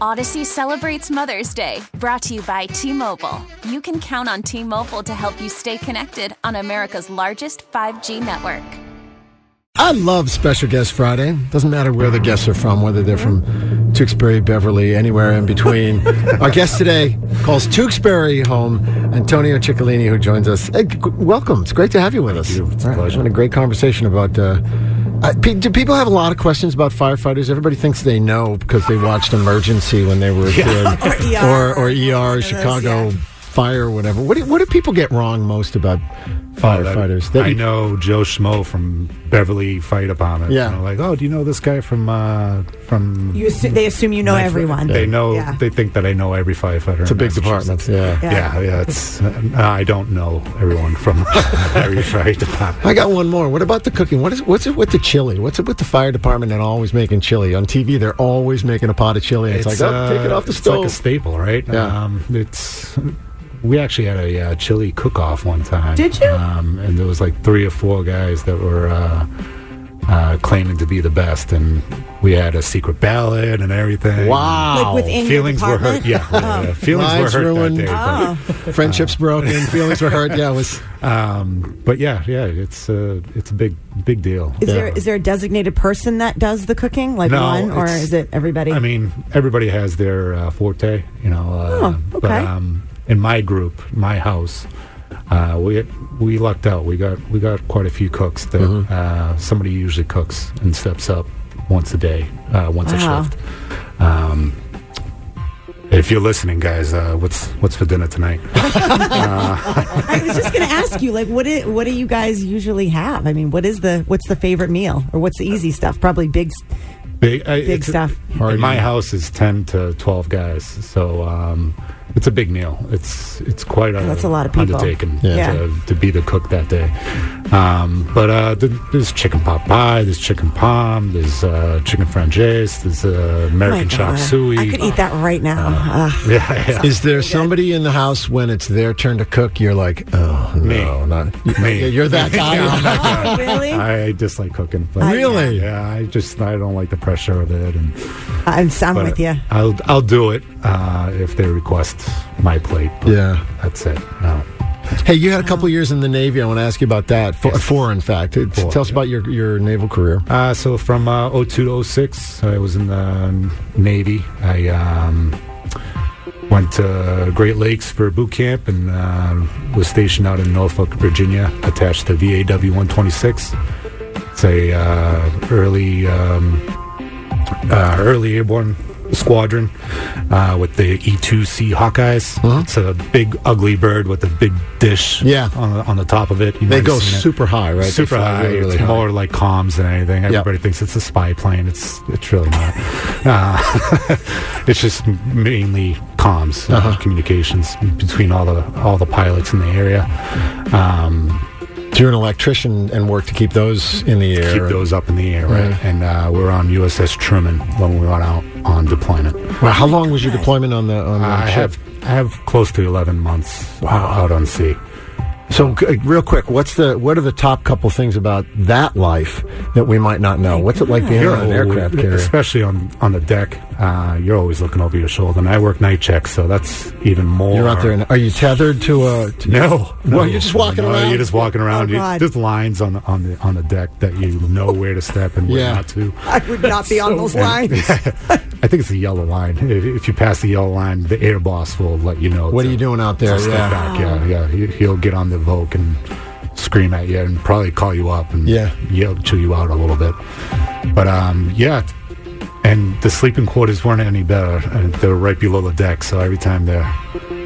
Odyssey celebrates Mother's Day, brought to you by T Mobile. You can count on T Mobile to help you stay connected on America's largest 5G network. I love Special Guest Friday. Doesn't matter where the guests are from, whether they're from Tewksbury, Beverly, anywhere in between. Our guest today calls Tewksbury home, Antonio Ciccolini, who joins us. Hey, g- welcome. It's great to have you with us. It's a pleasure. And a great conversation about. Uh, uh, pe- do people have a lot of questions about firefighters? Everybody thinks they know because they watched Emergency when they were a kid, Or ER. or, ER, One of those, Chicago yeah. Fire, or whatever. What do, what do people get wrong most about firefighters? I, I know Joe Schmo from Beverly Fire Department. Yeah. You know, like, oh, do you know this guy from uh, from? You assu- they assume you know everyone. They know. Yeah. They think that I know every firefighter. It's a big department. Yeah. Yeah, yeah. it's uh, I don't know everyone from every fire department. I got one more. What about the cooking? What is what's it with the chili? What's it with the fire department and always making chili on TV? They're always making a pot of chili. It's, like, oh, uh, take it off the it's stove. like a staple, right? Yeah. Um, it's. We actually had a uh, chili cook-off one time. Did you? Um, and there was like three or four guys that were uh, uh, claiming to be the best, and we had a secret ballot and everything. wow. Like within- In your Feelings were hurt. department? Yeah, yeah, yeah. feelings Lives were hurt ruined. that day. Oh. Friendships broken. Feelings were hurt. Yeah, it was. But, um, but yeah, yeah, it's a it's a big big deal. Is there is there a designated person that does the cooking, like No, one, or it's- is it everybody? I mean, everybody has their uh, forte, you know. Uh, Oh, But okay. um, in my group, my house, uh, we we lucked out. We got we got quite a few cooks that uh, somebody usually cooks and steps up once a day, uh, once Wow. a shift. Um, if you're listening, guys, uh, what's what's for dinner tonight? I was just going to ask you, like, what i- what do you guys usually have? I mean, what is the what's the favorite meal, or what's the easy stuff? Probably big. s- Big, I- Big it's- stuff. in my house is ten to twelve guys, so um, it's a big meal. It's it's quite a That's a lot of people. undertaking Yeah. To, to be the cook that day. Um, but uh, th- there's chicken pot pie, there's chicken palm, there's uh, chicken francaise, there's uh, oh my American chop God. suey. Uh. I could eat that right now. Ugh. Yeah, yeah. Is there somebody in the house when it's their turn to cook? You're like, oh Me. no, not Me. You're that guy. Oh, really? I dislike cooking. But Really? Yeah, I just I don't like the pressure of it, and I'm, I'm but with you. I'll I'll do it uh, if they request my plate. but Yeah. that's it. No. Hey, you had a couple years in the Navy. I want to ask you about that. Four, Yes. four in fact. It's- Four, tell us about your, your naval career. Uh, so from uh, 02 to 06, I was in the Navy. I um, went to Great Lakes for boot camp and uh, was stationed out in Norfolk, Virginia, attached to VAW 126. It's a uh, early um, uh, early airborne squadron uh, with the E2C Hawkeyes. It's a big ugly bird with a big dish Mm-hmm. Yeah. on, the, on the top of it. You might They have go seen it. super high, right? They Super fly high. really, really it's high. more like comms than anything. Everybody thinks it's a spy plane. It's it's really not. uh, it's just mainly comms uh, Uh-huh. communications between all the all the pilots in the area. Um, You're an electrician and work to keep those in the air. keep those up in the air, right? And uh, we're on USS Truman when we went out on deployment. Uh, Well, how long was your deployment on the on the I ship? have I have close to eleven months out on sea. So, g- real quick, what's the what are the top couple things about that life that we might not know? What's it like being on an You're aircraft always- carrier? Oh, especially on on the deck. Uh, you're always looking over your shoulder, and I work night checks, so that's even more. You're out there, and are you tethered to a? To, No, no. Well, you're just walking No, around? You're just walking around. Oh, You- God. there's lines on the on the on the deck that you know where to step and where Yeah. not to. I would not be on those lines. I think it's the yellow line. If, if you pass the yellow line, the air boss will let you know. what to- are you doing out there? to step back. Yeah, yeah. He, he'll get on the Volk and scream at you, and probably call you up and Yeah. yell, chew you out a little bit. But um, yeah. And the sleeping quarters weren't any better. And They're right below the deck, so every time they're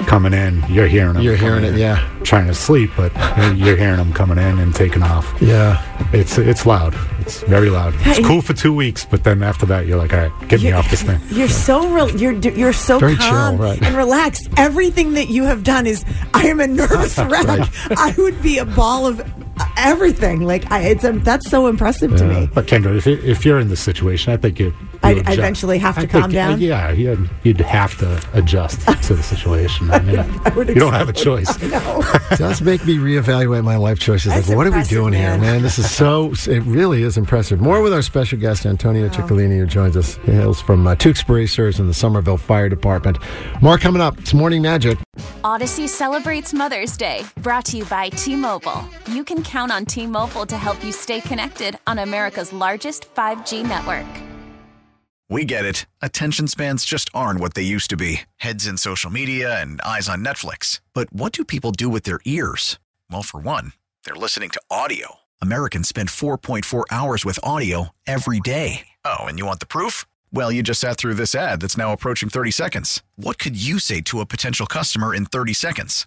coming in, you're hearing them. You're hearing coming it, in yeah. trying to sleep, but you're hearing them coming in and taking off. yeah. It's it's loud. It's very loud. It's cool for two weeks, but then after that, you're like, all right, get me off this thing. You're so real. You're d- you're so Very chill, calm right. and relaxed. Everything that you have done is. I am a nervous wreck. I would be a ball of everything. Like I, it's um that's so impressive to me. But Kendra, if, you- if you're in this situation, I think you. you I'd adjust. eventually have to I think, calm down? uh, yeah, you'd, you'd have to adjust to the situation. I mean, would you don't have a accept- choice. It does make me reevaluate my life choices. That's like, what are we impressive, doing man. here, man? This is so, it really is impressive. More with our special guest, Antonio Ciccolini, who joins us. He hails from uh, Tewksbury, serves in the Somerville Fire Department. More coming up. It's Morning Magic. Odyssey celebrates Mother's Day, brought to you by T Mobile. You can count on T Mobile to help you stay connected on America's largest 5G network. We get it. Attention spans just aren't what they used to be heads in social media and eyes on Netflix. But what do people do with their ears? Well, for one, they're listening to audio. Americans spend 4.4 hours with audio every day. Oh, and you want the proof? Well, you just sat through this ad that's now approaching 30 seconds. What could you say to a potential customer in 30 seconds?